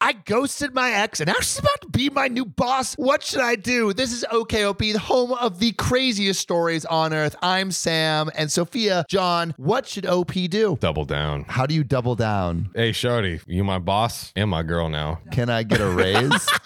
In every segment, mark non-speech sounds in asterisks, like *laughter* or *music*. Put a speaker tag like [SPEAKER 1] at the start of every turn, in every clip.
[SPEAKER 1] I ghosted my ex, and now she's about to be my new boss. What should I do? This is OKOP, the home of the craziest stories on earth. I'm Sam and Sophia. John, what should OP do?
[SPEAKER 2] Double down.
[SPEAKER 1] How do you double down?
[SPEAKER 2] Hey, Shardy, you my boss and my girl now.
[SPEAKER 1] Can I get a raise? *laughs*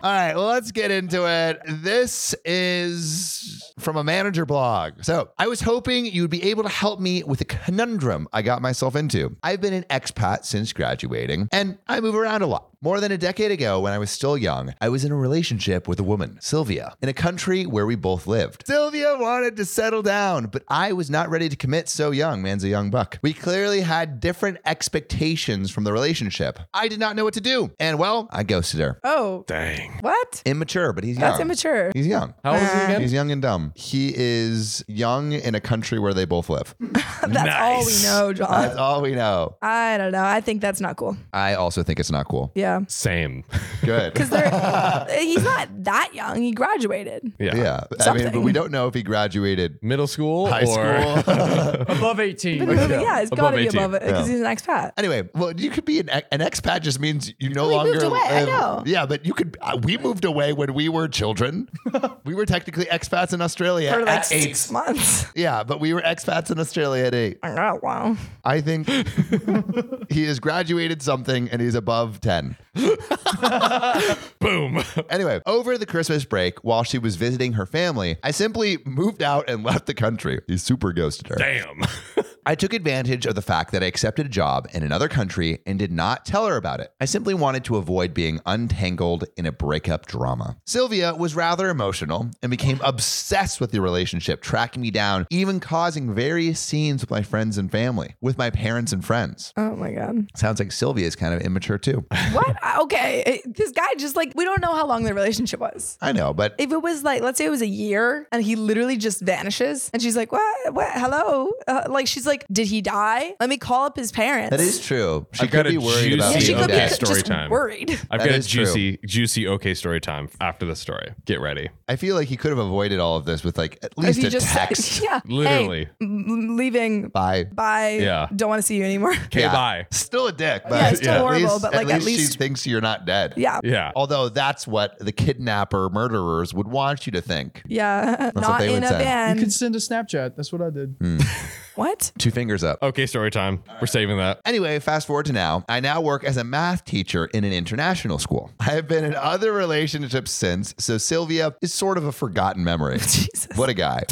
[SPEAKER 1] All right, well, let's get into it. This is from a manager blog. So, I was hoping you would be able to help me with a conundrum I got myself into. I've been an expat since graduating, and I move around a lot. More than a decade ago, when I was still young, I was in a relationship with a woman, Sylvia, in a country where we both lived. Sylvia wanted to settle down, but I was not ready to commit so young. Man's a young buck. We clearly had different expectations from the relationship. I did not know what to do. And well, I ghosted her.
[SPEAKER 3] Oh,
[SPEAKER 2] Dang.
[SPEAKER 3] what?
[SPEAKER 1] Immature, but he's young.
[SPEAKER 3] That's immature. *laughs*
[SPEAKER 1] He's young.
[SPEAKER 2] How old is he again?
[SPEAKER 1] He's young and dumb. He is young in a country where they both live.
[SPEAKER 3] That's
[SPEAKER 2] Nice.
[SPEAKER 3] all we know,
[SPEAKER 1] That's
[SPEAKER 3] John.
[SPEAKER 1] all we know.
[SPEAKER 3] I don't know. I think that's not cool.
[SPEAKER 1] I also think it's not cool.
[SPEAKER 3] Yeah.
[SPEAKER 2] Same. *laughs*
[SPEAKER 3] *laughs*
[SPEAKER 1] Good.
[SPEAKER 3] Because
[SPEAKER 1] *laughs*
[SPEAKER 3] they're he's not that young. He graduated.
[SPEAKER 2] Yeah.
[SPEAKER 1] yeah. I mean, but
[SPEAKER 3] Something.
[SPEAKER 1] we don't know if he graduated
[SPEAKER 2] Middle school
[SPEAKER 1] high
[SPEAKER 2] or
[SPEAKER 1] school.
[SPEAKER 4] Above 18.
[SPEAKER 3] But yeah, it's
[SPEAKER 2] Above
[SPEAKER 3] got to be
[SPEAKER 2] 18.
[SPEAKER 3] above it because he's an expat.
[SPEAKER 1] anyway, well, you could be an, ex- an expat just means you no
[SPEAKER 3] We
[SPEAKER 1] longer
[SPEAKER 3] moved away, I
[SPEAKER 1] live-
[SPEAKER 3] know.
[SPEAKER 1] Yeah, but you could. Uh, we moved away when we were
[SPEAKER 3] *laughs*
[SPEAKER 1] children. we were technically expats in Australia
[SPEAKER 3] For like
[SPEAKER 1] at eight. *laughs*
[SPEAKER 3] six months.
[SPEAKER 1] Yeah, but we were expats in Australia at eight.
[SPEAKER 3] Oh, wow.
[SPEAKER 1] I
[SPEAKER 3] *laughs*
[SPEAKER 1] think he has graduated something and he's above 10.
[SPEAKER 2] *laughs* boom. *laughs*
[SPEAKER 1] Anyway, over the Christmas break, while she was visiting her family, I simply moved out and left the country. He super ghosted her.
[SPEAKER 2] Damn.
[SPEAKER 1] I took advantage of the fact that I accepted a job in another country and did not tell her about it. I simply wanted to avoid being untangled in a breakup drama. Sylvia was rather emotional and became obsessed with the relationship, tracking me down, even causing various scenes with my friends and family, with my parents and friends.
[SPEAKER 3] Oh my god.
[SPEAKER 1] Sounds like Sylvia is kind of immature too.
[SPEAKER 3] What?
[SPEAKER 2] *laughs*
[SPEAKER 3] I- okay, it- this guy just like we don't know how long the relationship was.
[SPEAKER 1] I know, but
[SPEAKER 3] If it was like, let's say it was a year, and he literally just vanishes, and she's like, "What? What? Hello?" Uh, like she's like, "Did he die? Let me call up his parents."
[SPEAKER 1] that is true. She
[SPEAKER 2] I've
[SPEAKER 1] could
[SPEAKER 2] got
[SPEAKER 1] be
[SPEAKER 2] a
[SPEAKER 1] worried about
[SPEAKER 3] Yeah,
[SPEAKER 2] juicy
[SPEAKER 3] she
[SPEAKER 1] being
[SPEAKER 3] could be
[SPEAKER 2] Okay,
[SPEAKER 1] dead.
[SPEAKER 3] just
[SPEAKER 2] story time.
[SPEAKER 3] worried.
[SPEAKER 2] *laughs* I've
[SPEAKER 1] That
[SPEAKER 2] got a
[SPEAKER 1] is true.
[SPEAKER 2] juicy, juicy okay story time after the story. Get ready.
[SPEAKER 1] I feel like he could have avoided all of this with like at
[SPEAKER 3] If
[SPEAKER 1] least
[SPEAKER 3] he
[SPEAKER 1] a
[SPEAKER 3] just *laughs*
[SPEAKER 1] text.
[SPEAKER 3] yeah,
[SPEAKER 2] Literally.
[SPEAKER 3] Hey, m- leaving.
[SPEAKER 1] Bye.
[SPEAKER 3] Bye.
[SPEAKER 2] Yeah.
[SPEAKER 3] Don't want to see
[SPEAKER 1] *laughs*
[SPEAKER 3] you anymore. *laughs*
[SPEAKER 2] Okay,
[SPEAKER 1] Yeah.
[SPEAKER 2] bye.
[SPEAKER 1] Still a dick, but
[SPEAKER 3] Yeah, it's still
[SPEAKER 1] at
[SPEAKER 3] horrible,
[SPEAKER 1] least-
[SPEAKER 3] but, like, at
[SPEAKER 1] she
[SPEAKER 3] least-
[SPEAKER 1] thinks you're not dead.
[SPEAKER 3] Yeah.
[SPEAKER 2] Yeah.
[SPEAKER 1] Although that's what the kidnapper murderers would want you to think.
[SPEAKER 3] Yeah.
[SPEAKER 1] what
[SPEAKER 3] Not
[SPEAKER 1] they
[SPEAKER 3] in
[SPEAKER 1] would
[SPEAKER 3] a
[SPEAKER 1] say.
[SPEAKER 4] You
[SPEAKER 3] van.
[SPEAKER 4] could send a Snapchat. That's what I did.
[SPEAKER 2] Hmm.
[SPEAKER 3] what?
[SPEAKER 1] Two fingers up.
[SPEAKER 2] Okay, story time. We're saving that.
[SPEAKER 1] Anyway, fast forward to now. I now work as a math teacher in an international school. *laughs* I have been in other relationships since, so Sylvia is sort of a forgotten memory.
[SPEAKER 3] *laughs* Jesus.
[SPEAKER 1] What a guy.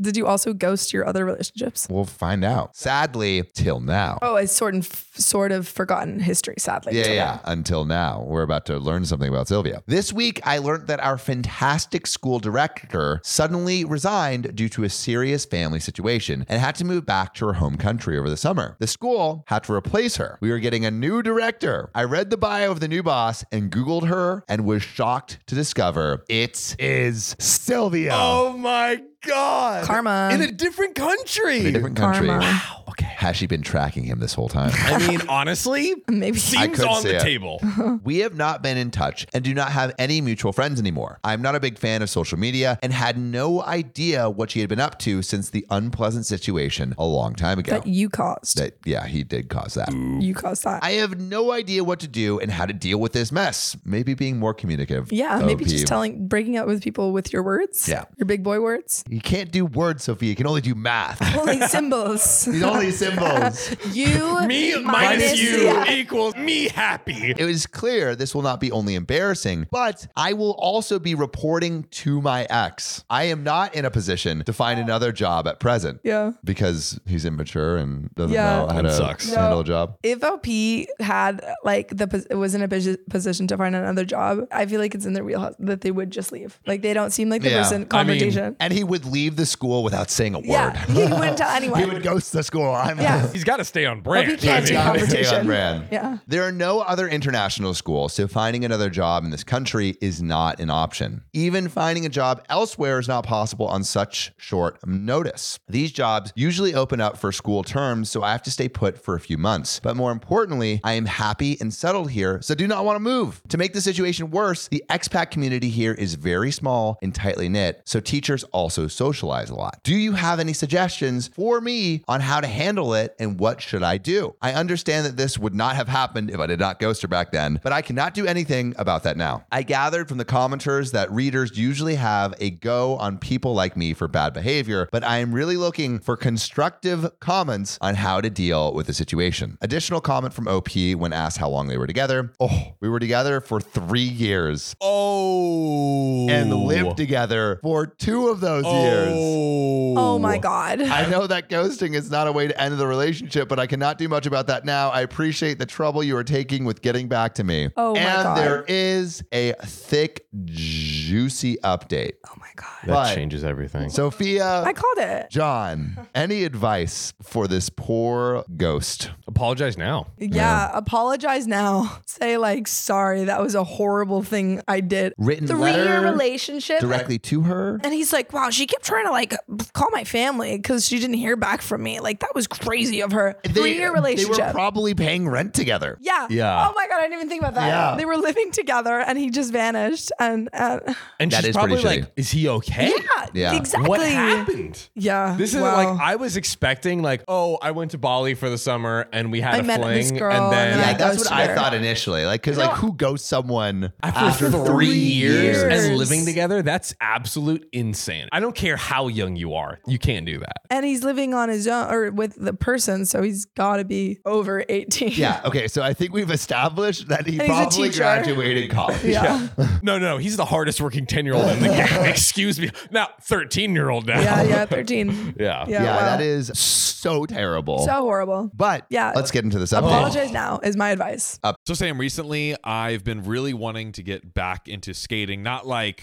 [SPEAKER 3] Did you also ghost your other relationships?
[SPEAKER 1] We'll find out. Sadly, till now.
[SPEAKER 3] Oh, it's sort of sort of forgotten history, sadly.
[SPEAKER 1] Yeah, yeah. Until now, we're about to learn something about Sylvia. This week, I learned that our fantastic school director suddenly resigned due to a serious family situation and had to move back to her home country over the summer. The school had to replace her. We were getting a new director. I read the bio of the new boss and Googled her and was shocked to discover it is Sylvia.
[SPEAKER 5] Oh,
[SPEAKER 2] my God.
[SPEAKER 3] Karma.
[SPEAKER 2] different country.
[SPEAKER 1] In a different country.
[SPEAKER 3] Karma.
[SPEAKER 2] okay.
[SPEAKER 1] Has she been tracking him this whole time?
[SPEAKER 2] *laughs* I mean, honestly,
[SPEAKER 3] *laughs* Maybe.
[SPEAKER 2] seems
[SPEAKER 1] could
[SPEAKER 2] on
[SPEAKER 1] see
[SPEAKER 2] the
[SPEAKER 1] it. *laughs*
[SPEAKER 2] table.
[SPEAKER 1] We have not been in touch and do not have any mutual friends anymore. I'm not a big fan of social media and had no idea what she had been up to since the unpleasant situation a long time ago.
[SPEAKER 3] that you caused.
[SPEAKER 1] That- yeah, he did cause that.
[SPEAKER 3] you caused that.
[SPEAKER 1] I have no idea what to do and how to deal with this mess. Maybe being more communicative.
[SPEAKER 3] yeah, maybe
[SPEAKER 1] OP.
[SPEAKER 3] just telling breaking up with people with your words.
[SPEAKER 1] Yeah.
[SPEAKER 3] Your big boy
[SPEAKER 1] *laughs*
[SPEAKER 3] words.
[SPEAKER 1] You can't do words, Sophia. You can only do math.
[SPEAKER 3] Only symbols.
[SPEAKER 1] These only
[SPEAKER 3] *laughs*
[SPEAKER 1] symbols. *laughs*
[SPEAKER 3] You
[SPEAKER 2] Me minus you
[SPEAKER 3] yeah.
[SPEAKER 2] equals me happy.
[SPEAKER 1] It was clear this will not be only embarrassing, but I will also be reporting to my ex. I am not in a position to find another job at present.
[SPEAKER 3] Yeah.
[SPEAKER 1] because he's immature and doesn't
[SPEAKER 3] Yeah.
[SPEAKER 1] know how
[SPEAKER 2] That
[SPEAKER 1] to
[SPEAKER 2] sucks.
[SPEAKER 1] handle
[SPEAKER 3] No.
[SPEAKER 1] a job.
[SPEAKER 3] If LP had like the pos- was in a posi- position to find another job, I feel like it's in their wheelhouse that they would just leave. Like they don't seem like the
[SPEAKER 1] Yeah.
[SPEAKER 3] person
[SPEAKER 2] I mean,
[SPEAKER 3] confrontation.
[SPEAKER 1] And he would leave the school without saying a *laughs*
[SPEAKER 3] yeah,
[SPEAKER 1] word.
[SPEAKER 3] he wouldn't tell anyone.
[SPEAKER 1] he would ghost the school. I'm *laughs*
[SPEAKER 3] Yeah.
[SPEAKER 2] He's got to stay on brand.
[SPEAKER 3] Well, he can't do
[SPEAKER 2] I
[SPEAKER 3] that.
[SPEAKER 2] mean,
[SPEAKER 3] Confrontation.
[SPEAKER 1] Stay on brand.
[SPEAKER 3] Yeah.
[SPEAKER 1] There are no other international schools, so finding another job in this country is not an option. Even finding a job elsewhere is not possible on such short notice. These jobs usually open up for school terms, so I have to stay put for a few months. But more importantly, I am happy and settled here, so do not want to move. To make the situation worse, the expat community here is very small and tightly knit, so teachers also socialize a lot. Do you have any suggestions for me on how to handle handle it and what should I do? I understand that this would not have happened if I did not ghost her back then, but I cannot do anything about that now. I gathered from the commenters that readers usually have a go on people like me for bad behavior, but I am really looking for constructive comments on how to deal with the situation. Additional comment from OP when asked how long they were together. Oh, we were together for three years
[SPEAKER 2] Oh.
[SPEAKER 1] and lived together for two of those years.
[SPEAKER 3] Oh my God.
[SPEAKER 1] I know that ghosting is not a way to end the relationship, but I cannot do much about that now. I appreciate the trouble you are taking with getting back to me.
[SPEAKER 3] Oh my
[SPEAKER 1] and
[SPEAKER 3] God.
[SPEAKER 1] there is a thick, juicy update.
[SPEAKER 3] oh my God.
[SPEAKER 2] That
[SPEAKER 1] But-
[SPEAKER 2] changes everything.
[SPEAKER 1] Sophia,
[SPEAKER 3] I called it.
[SPEAKER 1] John, any advice for this poor ghost?
[SPEAKER 2] Apologize now.
[SPEAKER 3] Yeah, apologize now. *laughs* Say like, sorry, that was a horrible thing I did.
[SPEAKER 1] Written
[SPEAKER 3] Three year
[SPEAKER 1] letter
[SPEAKER 3] relationship.
[SPEAKER 1] directly to her?
[SPEAKER 3] And he's like, wow, she kept trying to like call my family because she didn't hear back from me. Like that was crazy of her. Three year relationship.
[SPEAKER 1] They were probably paying rent together.
[SPEAKER 3] yeah.
[SPEAKER 2] Yeah.
[SPEAKER 3] Oh my god, I didn't even think about that.
[SPEAKER 1] Yeah.
[SPEAKER 3] They were living together, and he just vanished. And uh,
[SPEAKER 2] And
[SPEAKER 1] That
[SPEAKER 2] she's
[SPEAKER 1] is pretty
[SPEAKER 2] probably like, is he okay?
[SPEAKER 3] yeah,
[SPEAKER 1] Yeah.
[SPEAKER 3] exactly.
[SPEAKER 2] What happened?
[SPEAKER 3] Yeah.
[SPEAKER 2] This is
[SPEAKER 3] wow.
[SPEAKER 2] like I was expecting like, oh, I went to Bali for the summer and we had
[SPEAKER 3] I
[SPEAKER 2] a
[SPEAKER 3] met
[SPEAKER 2] fling
[SPEAKER 3] this girl
[SPEAKER 2] and then
[SPEAKER 3] and
[SPEAKER 1] Yeah,
[SPEAKER 3] I
[SPEAKER 1] that's what
[SPEAKER 3] ghosted
[SPEAKER 1] I
[SPEAKER 3] her.
[SPEAKER 1] thought initially. Like, because like, who ghosts someone
[SPEAKER 2] after, three, years,
[SPEAKER 3] years.
[SPEAKER 2] and living together, that's absolute insane. I don't care how young you are. You can't do that.
[SPEAKER 3] and he's living on his own or with the person, so he's got to be over eighteen.
[SPEAKER 1] Yeah. Okay. So I think we've established that he
[SPEAKER 3] And *laughs* he's a
[SPEAKER 1] probably
[SPEAKER 3] teacher.
[SPEAKER 1] graduated college.
[SPEAKER 3] *laughs* *laughs* Yeah.
[SPEAKER 2] No, no, he's the hardest working 10 year old
[SPEAKER 3] *laughs*
[SPEAKER 2] in the game. Excuse me. Now, 13 year old now.
[SPEAKER 3] Yeah.
[SPEAKER 1] *laughs*
[SPEAKER 3] Yeah. Thirteen.
[SPEAKER 2] *laughs* Yeah.
[SPEAKER 1] Yeah.
[SPEAKER 3] wow.
[SPEAKER 1] That is so terrible.
[SPEAKER 3] so horrible.
[SPEAKER 1] but
[SPEAKER 3] Yeah.
[SPEAKER 1] let's get into this update.
[SPEAKER 3] Apologize now is my advice.
[SPEAKER 1] Oh,
[SPEAKER 5] So Sam, recently I've been really wanting to get back into skating, not like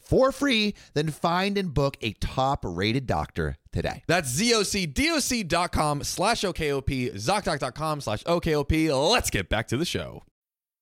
[SPEAKER 1] for free. Then find and book a top rated doctor today.
[SPEAKER 5] That's zocdoc.com slash OKOP, ZocDoc.com slash OKOP. Let's get back to the show.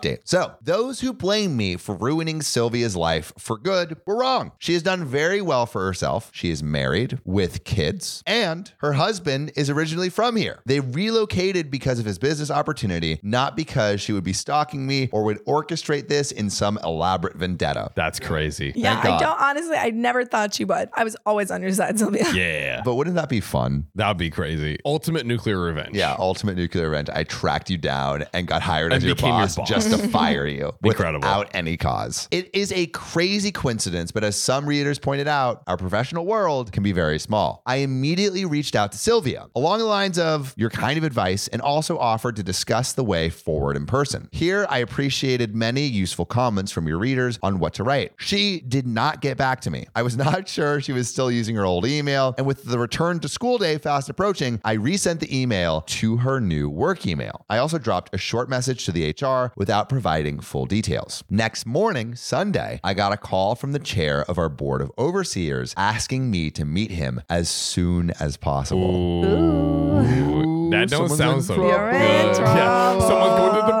[SPEAKER 1] update. So, those who blame me for ruining Sylvia's life for good were wrong. She has done very well for herself. She is married with kids, and her husband is originally from here. They relocated because of his business opportunity, not because she would be stalking me or would orchestrate this in some elaborate vendetta.
[SPEAKER 2] That's crazy.
[SPEAKER 3] Yeah, I
[SPEAKER 1] God.
[SPEAKER 3] don't honestly. I never thought you would. I was always on your side, Sylvia.
[SPEAKER 2] Yeah.
[SPEAKER 1] But wouldn't that be fun?
[SPEAKER 2] That would be crazy. Ultimate nuclear revenge.
[SPEAKER 1] Yeah, ultimate nuclear revenge. I tracked you down and got hired
[SPEAKER 2] And
[SPEAKER 1] as your
[SPEAKER 2] became your
[SPEAKER 1] boss,
[SPEAKER 2] boss.
[SPEAKER 1] just
[SPEAKER 2] *laughs*
[SPEAKER 1] to fire you
[SPEAKER 2] Incredible.
[SPEAKER 1] without any cause. It is a crazy coincidence, but as some readers pointed out, our professional world can be very small. I immediately reached out to Sylvia along the lines of your kind of advice and also offered to discuss the way forward in person. Here, I appreciated many useful comments from your readers on what to write. She did not get back to me. I was not sure she was still using her old email, and with the return to school day fast approaching, I resent the email to her new work email. I also dropped a short message to the HR without without providing full details. Next morning, Sunday, I got a call from the chair of our board of overseers asking me to meet him as soon as possible.
[SPEAKER 2] Ooh. That don't
[SPEAKER 1] Someone's in
[SPEAKER 2] sound so
[SPEAKER 1] trouble.
[SPEAKER 2] good.
[SPEAKER 3] You're in
[SPEAKER 2] *laughs* Yeah.
[SPEAKER 3] trouble.
[SPEAKER 2] Someone's going to the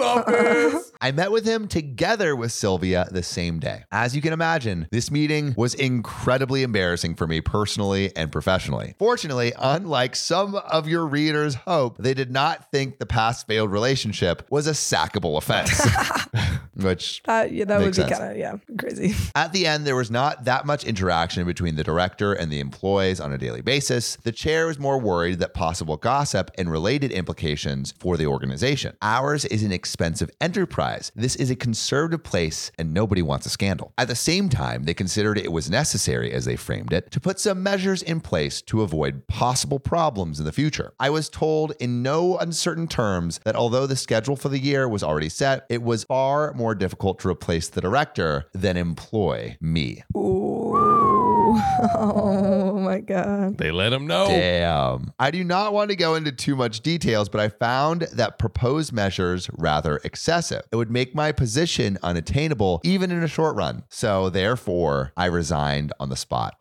[SPEAKER 3] *laughs*
[SPEAKER 2] office.
[SPEAKER 1] I met with him together with Sylvia the same day. As you can imagine, this meeting was incredibly embarrassing for me personally and professionally. Fortunately, unlike some of your readers' hope, they did not think the past failed relationship was a sackable offense. *laughs* Which
[SPEAKER 3] Uh, yeah, *laughs* that
[SPEAKER 1] Makes
[SPEAKER 3] would be
[SPEAKER 1] sense.
[SPEAKER 3] kind of yeah crazy.
[SPEAKER 1] at the end, there was not that much interaction between the director and the employees on a daily basis. The chair was more worried that possible gossip and related implications for the organization. Ours is an expensive enterprise. This is a conservative place, and nobody wants a scandal. At the same time, they considered it was necessary, as they framed it, to put some measures in place to avoid possible problems in the future. I was told in no uncertain terms that although the schedule for the year was already set, it was far more difficult to replace the director than employ me.
[SPEAKER 3] Ooh. *laughs* Oh my god.
[SPEAKER 2] They let him know.
[SPEAKER 1] Damn. I do not want to go into too much details, but I found that proposed measures rather excessive. It would make my position unattainable even in a short run. So therefore, I resigned on the spot.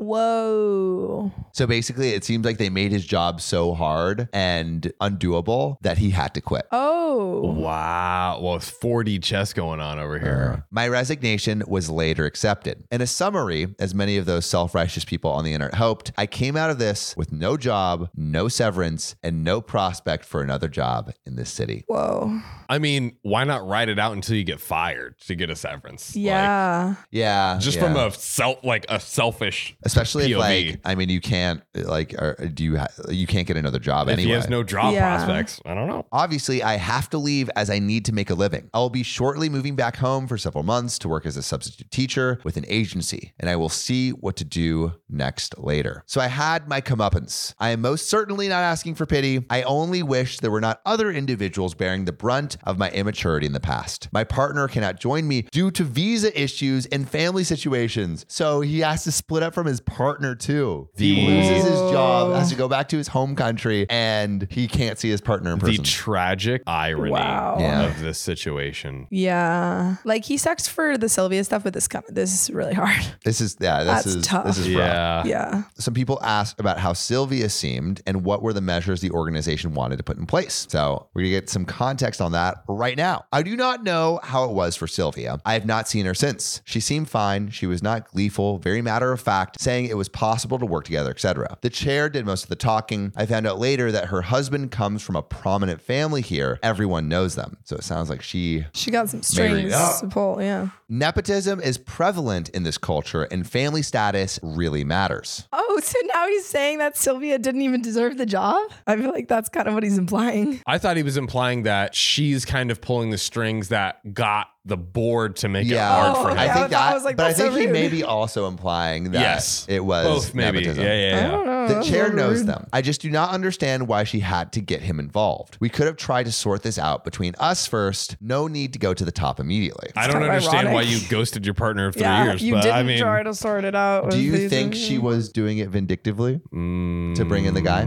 [SPEAKER 3] Whoa.
[SPEAKER 1] So basically, it seems like they made his job so hard and undoable that he had to quit.
[SPEAKER 3] Oh.
[SPEAKER 2] Wow. Well, it's 4D chess going on over here.
[SPEAKER 1] My resignation was later accepted. In a summary, as many of those self righteous people on the internet hoped, I came out of this with no job, no severance, and no prospect for another job in this city.
[SPEAKER 3] Whoa.
[SPEAKER 1] Uh.
[SPEAKER 2] I mean, why not ride it out until you get fired to get a severance? Like,
[SPEAKER 3] Yeah.
[SPEAKER 1] Yeah.
[SPEAKER 2] just
[SPEAKER 1] yeah.
[SPEAKER 2] from a self, like a selfish.
[SPEAKER 1] Especially if,
[SPEAKER 2] POV.
[SPEAKER 1] like, I mean, you can't, like, or do you, ha- you can't get another job
[SPEAKER 2] If
[SPEAKER 1] anyway.
[SPEAKER 2] he has no job
[SPEAKER 3] Yeah.
[SPEAKER 2] prospects, I don't know.
[SPEAKER 1] Obviously, I have to leave as I need to make a living. I will be shortly moving back home for several months to work as a substitute teacher with an agency, and I will see what to do next later. So I had my comeuppance. I am most certainly not asking for pity. I only wish there were not other individuals bearing the brunt of my immaturity in the past. My partner cannot join me due to visa issues and family situations, so he has to split up from his partner too. He
[SPEAKER 2] The-
[SPEAKER 1] loses his job, has to go back to his home country, and he can't see his partner in person.
[SPEAKER 2] The tragic irony
[SPEAKER 3] Wow.
[SPEAKER 1] Yeah.
[SPEAKER 2] of this situation.
[SPEAKER 3] Yeah. Like he sucks for the Sylvia stuff, but this kind of, this is really hard.
[SPEAKER 1] *laughs* This is yeah. This
[SPEAKER 3] That's
[SPEAKER 1] is
[SPEAKER 3] tough.
[SPEAKER 1] this is rough.
[SPEAKER 2] Yeah.
[SPEAKER 3] yeah.
[SPEAKER 1] Some people asked about how Sylvia seemed and what were the measures the organization wanted to put in place. So we're gonna get some context on that right now. I do not know how it was for Sylvia. I have not seen her since. She seemed fine. She was not gleeful, very matter of fact, saying it was possible to work together, etc. The chair did most of the talking. I found out later that her husband comes from a prominent family here. Everyone knows them. So it sounds like she
[SPEAKER 3] She got some
[SPEAKER 1] Married
[SPEAKER 3] strings
[SPEAKER 1] up.
[SPEAKER 3] to pull. Yeah.
[SPEAKER 1] nepotism is prevalent in this culture and family status really matters.
[SPEAKER 3] Oh, so now he's saying that Sylvia didn't even deserve the job? I feel like that's kind of what he's implying.
[SPEAKER 2] I thought he was implying that she's kind of pulling the strings that got the board to make
[SPEAKER 1] yeah,
[SPEAKER 2] it hard for
[SPEAKER 3] Oh,
[SPEAKER 2] him.
[SPEAKER 1] I
[SPEAKER 3] yeah,
[SPEAKER 1] think
[SPEAKER 3] I
[SPEAKER 1] that,
[SPEAKER 3] was like,
[SPEAKER 1] but I
[SPEAKER 3] that's so
[SPEAKER 1] think he
[SPEAKER 3] rude.
[SPEAKER 1] may be also implying that
[SPEAKER 2] Yes.
[SPEAKER 1] it was
[SPEAKER 2] Both maybe.
[SPEAKER 1] nepotism.
[SPEAKER 2] Yeah, yeah,
[SPEAKER 3] I
[SPEAKER 2] yeah.
[SPEAKER 3] don't know.
[SPEAKER 1] The
[SPEAKER 3] Oh, That's
[SPEAKER 1] chair
[SPEAKER 3] really
[SPEAKER 1] knows
[SPEAKER 3] rude.
[SPEAKER 1] them. I just do not understand why she had to get him involved. We could have tried to sort this out between us first. No need to go to the top immediately.
[SPEAKER 2] I don't
[SPEAKER 3] kind of
[SPEAKER 2] understand
[SPEAKER 3] ironic.
[SPEAKER 2] why you ghosted your partner of three
[SPEAKER 3] Yeah,
[SPEAKER 2] years.
[SPEAKER 3] you
[SPEAKER 2] but
[SPEAKER 3] didn't
[SPEAKER 2] I mean,
[SPEAKER 3] try to sort it out.
[SPEAKER 1] do
[SPEAKER 3] with
[SPEAKER 1] you
[SPEAKER 3] these-
[SPEAKER 1] think she was doing it vindictively
[SPEAKER 2] mm,
[SPEAKER 1] to bring in the guy?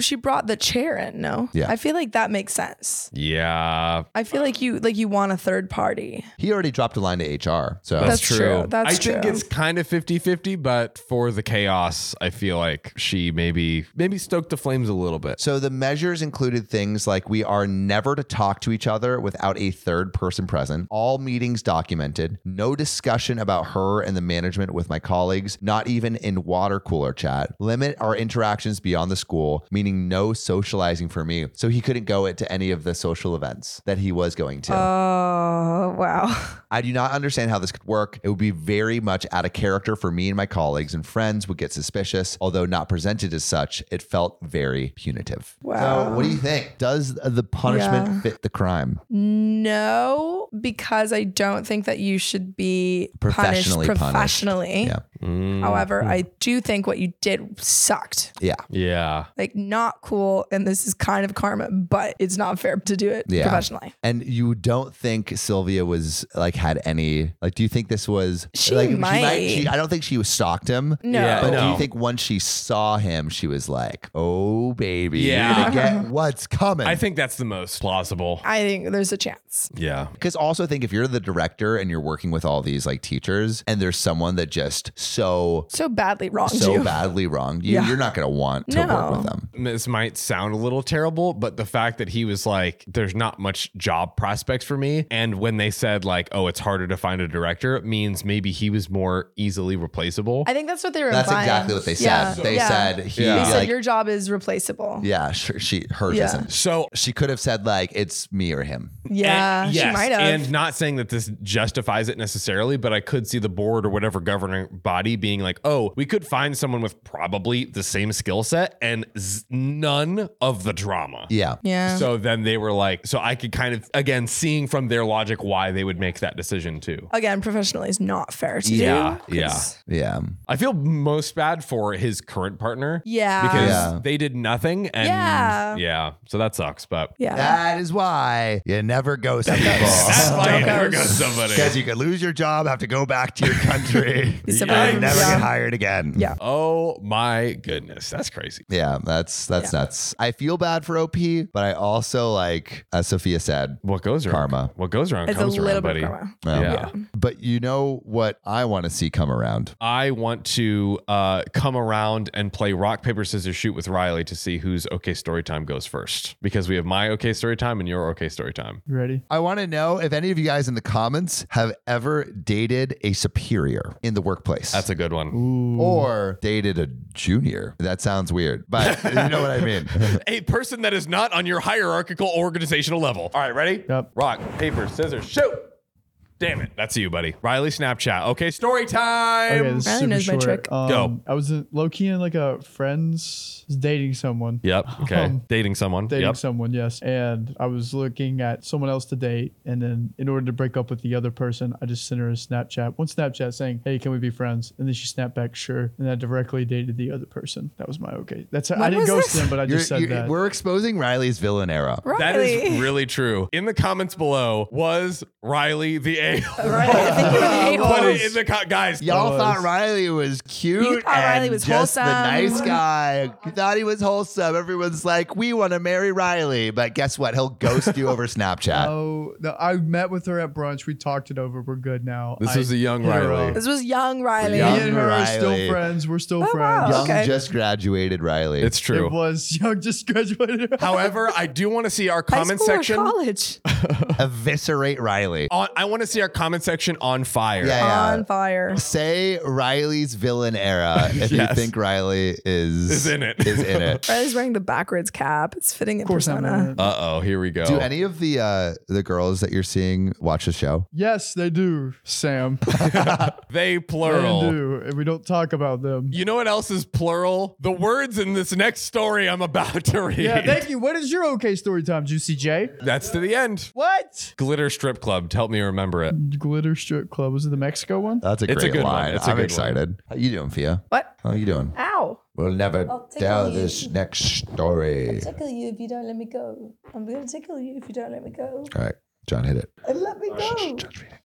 [SPEAKER 3] she brought the chair in? No.
[SPEAKER 1] Yeah.
[SPEAKER 3] I feel like that makes sense.
[SPEAKER 2] yeah,
[SPEAKER 3] I feel like you like you want a third party.
[SPEAKER 1] He already dropped a line to HR. So
[SPEAKER 3] That's true. That's
[SPEAKER 2] I think
[SPEAKER 3] true.
[SPEAKER 2] it's kind of 50-50, but for the chaos, I feel like she maybe maybe stoked the flames a little bit.
[SPEAKER 1] So the measures included things like we are never to talk to each other without a third person present, all meetings documented, no discussion about her and the management with my colleagues, not even in water cooler chat, limit our interactions beyond the school, meaning no socializing for me. So he couldn't go to any of the social events that he was going to.
[SPEAKER 3] Oh wow.
[SPEAKER 1] I do not understand how this could work. It would be very much out of character for me and my colleagues and friends would get suspicious, although not presented as such. It felt very punitive.
[SPEAKER 3] Wow.
[SPEAKER 1] So, what do you think? Does the punishment
[SPEAKER 3] Yeah.
[SPEAKER 1] fit the crime?
[SPEAKER 3] No, because I don't think that you should be punished
[SPEAKER 1] Professionally punished.
[SPEAKER 3] professionally.
[SPEAKER 1] Mm, Yeah.
[SPEAKER 3] However, I do think what you did sucked.
[SPEAKER 1] Yeah.
[SPEAKER 2] Yeah.
[SPEAKER 3] Like, not cool. And this is kind of karma, but it's not fair to do it
[SPEAKER 1] Yeah.
[SPEAKER 3] professionally.
[SPEAKER 1] And you don't think Sylvia was like had any like? Do you think this was
[SPEAKER 3] She
[SPEAKER 1] like
[SPEAKER 3] might.
[SPEAKER 1] she, I don't think she stalked him.
[SPEAKER 3] No.
[SPEAKER 2] Yeah,
[SPEAKER 1] But do
[SPEAKER 2] no.
[SPEAKER 1] you think once she saw him, she was like, "Oh baby,
[SPEAKER 2] Yeah.
[SPEAKER 1] you're gonna get what's coming."
[SPEAKER 2] I think that's the most plausible.
[SPEAKER 3] I think there's a chance.
[SPEAKER 2] Yeah.
[SPEAKER 1] Because also think if you're the director and you're working with all these like teachers, and there's someone that just so
[SPEAKER 3] So badly wronged
[SPEAKER 1] so
[SPEAKER 3] you.
[SPEAKER 1] badly wronged you,
[SPEAKER 3] Yeah.
[SPEAKER 1] you're not gonna want to work
[SPEAKER 3] No.
[SPEAKER 1] with them.
[SPEAKER 2] This might sound a little terrible, but the fact that he was like, there's not much job prospects for me. And when they said, like, oh, it's harder to find a director, it means maybe he was more easily replaceable.
[SPEAKER 3] I think that's what they were
[SPEAKER 1] That's
[SPEAKER 3] implying.
[SPEAKER 1] exactly what they said.
[SPEAKER 3] Yeah.
[SPEAKER 1] They
[SPEAKER 3] Yeah.
[SPEAKER 1] said he
[SPEAKER 2] Yeah.
[SPEAKER 3] They said
[SPEAKER 1] like
[SPEAKER 3] your job is replaceable.
[SPEAKER 1] yeah, sure, she hers
[SPEAKER 3] Yeah.
[SPEAKER 1] isn't.
[SPEAKER 5] So
[SPEAKER 1] She could have said like it's me or him.
[SPEAKER 3] Yeah,
[SPEAKER 2] And-
[SPEAKER 3] she
[SPEAKER 2] yes,
[SPEAKER 3] might have.
[SPEAKER 2] And not saying that this justifies it necessarily, but I could see the board or whatever governing body being like, oh, we could find someone with probably the same skill set and z- none of the drama.
[SPEAKER 1] Yeah.
[SPEAKER 3] *laughs* yeah.
[SPEAKER 2] So then they were like, so I could kind of, again, seeing from their logic why they would make that decision too.
[SPEAKER 3] Again, professionally is not fair to
[SPEAKER 2] Yeah,
[SPEAKER 3] do. 'cause-
[SPEAKER 1] Yeah.
[SPEAKER 2] I feel most bad for his current partner
[SPEAKER 3] Yeah.
[SPEAKER 2] because
[SPEAKER 1] Yeah.
[SPEAKER 2] they did nothing. And
[SPEAKER 3] Yeah.
[SPEAKER 2] yeah, so that sucks, but. *laughs*
[SPEAKER 3] Yeah.
[SPEAKER 1] That is why you never ghost people. *laughs*
[SPEAKER 2] That's why you
[SPEAKER 3] Don't
[SPEAKER 2] never
[SPEAKER 3] go.
[SPEAKER 2] got somebody.
[SPEAKER 1] Because you could lose your job, have to go back to your
[SPEAKER 3] *laughs*
[SPEAKER 1] country,
[SPEAKER 3] Be
[SPEAKER 1] and
[SPEAKER 3] separated
[SPEAKER 1] never
[SPEAKER 3] from
[SPEAKER 1] get
[SPEAKER 3] job.
[SPEAKER 1] hired again.
[SPEAKER 3] Yeah.
[SPEAKER 2] Oh my goodness. That's crazy.
[SPEAKER 1] Yeah, that's that's nuts. I feel bad for OP, but I also like, as Sophia said,
[SPEAKER 2] What goes around?
[SPEAKER 1] Karma.
[SPEAKER 2] What goes around
[SPEAKER 3] It's a
[SPEAKER 2] comes
[SPEAKER 3] little
[SPEAKER 2] around,
[SPEAKER 3] bit
[SPEAKER 2] buddy.
[SPEAKER 3] of karma.
[SPEAKER 1] um,
[SPEAKER 2] Yeah.
[SPEAKER 1] But you know what I want to see come around?
[SPEAKER 2] I want to uh, come around and play rock, paper, scissors, shoot with Riley to see whose okay story time goes first. Because we have my okay story time and your okay story time.
[SPEAKER 4] You ready?
[SPEAKER 1] I want to know if any of you guys in the comments have ever dated a superior in the workplace.
[SPEAKER 2] That's a good one.
[SPEAKER 1] or dated a junior. That sounds weird, but you know what I mean.
[SPEAKER 2] A person that is not on your hierarchical organizational level. All right, ready?
[SPEAKER 4] Yep.
[SPEAKER 2] Rock, paper, scissors, shoot. Damn it. That's you, buddy. Riley Snapchat. Okay, story time.
[SPEAKER 4] Okay, this is
[SPEAKER 3] Riley
[SPEAKER 4] super
[SPEAKER 3] knows my
[SPEAKER 4] short.
[SPEAKER 3] trick.
[SPEAKER 4] Um,
[SPEAKER 2] Go.
[SPEAKER 4] I was low key in like a friend's was dating someone.
[SPEAKER 2] *laughs* Yep. Okay.
[SPEAKER 4] Um,
[SPEAKER 2] dating someone.
[SPEAKER 4] Dating
[SPEAKER 2] yep.
[SPEAKER 4] someone, yes. And I was looking at someone else to date. And then, in order to break up with the other person, I just sent her a Snapchat. One Snapchat saying, Hey, can we be friends? And then she snapped back, Sure. And I directly dated the other person. That was my okay. That's I didn't
[SPEAKER 3] was
[SPEAKER 4] ghost
[SPEAKER 3] this?
[SPEAKER 4] them, but I
[SPEAKER 1] You're-
[SPEAKER 4] just said
[SPEAKER 1] you're-
[SPEAKER 4] that.
[SPEAKER 1] We're exposing Riley's villain era.
[SPEAKER 3] Riley.
[SPEAKER 2] That is really true. In the comments below, was Riley the *laughs* a
[SPEAKER 3] Riley, *laughs* I think you were the a-hole.
[SPEAKER 2] Put it in the co- guys.
[SPEAKER 1] Y'all
[SPEAKER 4] was.
[SPEAKER 1] thought Riley was cute.
[SPEAKER 3] You thought Riley
[SPEAKER 1] and
[SPEAKER 3] was
[SPEAKER 1] just The
[SPEAKER 3] wholesome.
[SPEAKER 1] nice guy. You thought he was wholesome. Everyone's like, we want to marry Riley, but guess what? He'll ghost you
[SPEAKER 2] *laughs*
[SPEAKER 1] over Snapchat.
[SPEAKER 4] Oh, no, I met with her at brunch. We talked it over. We're good now.
[SPEAKER 2] This
[SPEAKER 4] I
[SPEAKER 2] is a young
[SPEAKER 4] hit her
[SPEAKER 2] Riley.
[SPEAKER 4] up.
[SPEAKER 3] This was young Riley.
[SPEAKER 4] Me
[SPEAKER 1] Young
[SPEAKER 4] and her are
[SPEAKER 1] Riley.
[SPEAKER 4] still friends. We're still
[SPEAKER 3] Oh, wow.
[SPEAKER 4] friends.
[SPEAKER 1] Young
[SPEAKER 3] okay.
[SPEAKER 1] just graduated Riley.
[SPEAKER 2] It's
[SPEAKER 4] It
[SPEAKER 2] true.
[SPEAKER 4] was young, *laughs* just graduated.
[SPEAKER 2] However, I do want to see our
[SPEAKER 3] High
[SPEAKER 2] comment
[SPEAKER 3] school or
[SPEAKER 2] section.
[SPEAKER 3] college
[SPEAKER 1] *laughs* eviscerate Riley.
[SPEAKER 2] On, I want to see our comment section on fire.
[SPEAKER 1] Yeah.
[SPEAKER 3] on fire.
[SPEAKER 1] Say Riley's villain era if you
[SPEAKER 2] Yes.
[SPEAKER 1] think Riley is
[SPEAKER 2] Is in it.
[SPEAKER 1] Is in
[SPEAKER 2] *laughs*
[SPEAKER 1] it.
[SPEAKER 3] Riley's wearing the backwards cap. It's fitting in
[SPEAKER 4] of course, I'm in
[SPEAKER 3] persona.
[SPEAKER 4] it.
[SPEAKER 2] Uh oh, here we go.
[SPEAKER 1] Do any of the uh, the girls that you're seeing watch the show?
[SPEAKER 4] Yes, they do, Sam.
[SPEAKER 2] they
[SPEAKER 4] They
[SPEAKER 2] plural.
[SPEAKER 4] do, and we don't talk about them.
[SPEAKER 2] You know what else is plural? The words in this next story I'm about to read.
[SPEAKER 4] Yeah, thank you. What is your okay story time, Juicy J?
[SPEAKER 2] That's to the end.
[SPEAKER 4] What?
[SPEAKER 2] Glitter strip club. Help me remember it.
[SPEAKER 4] Glitter Strip Club. Was it the Mexico one?
[SPEAKER 1] That's a
[SPEAKER 2] It's a
[SPEAKER 1] great
[SPEAKER 2] good one.
[SPEAKER 1] line.
[SPEAKER 2] It's a
[SPEAKER 1] I'm
[SPEAKER 2] good one.
[SPEAKER 1] excited. How you doing, Fia?
[SPEAKER 3] What?
[SPEAKER 1] How you doing?
[SPEAKER 3] Ow.
[SPEAKER 1] We'll never
[SPEAKER 3] take
[SPEAKER 1] tell
[SPEAKER 3] you.
[SPEAKER 1] this next story.
[SPEAKER 3] Tickle you if you don't let me go. I'm going to tickle you if you don't let me go.
[SPEAKER 1] All right, John, hit it.
[SPEAKER 3] And let me go.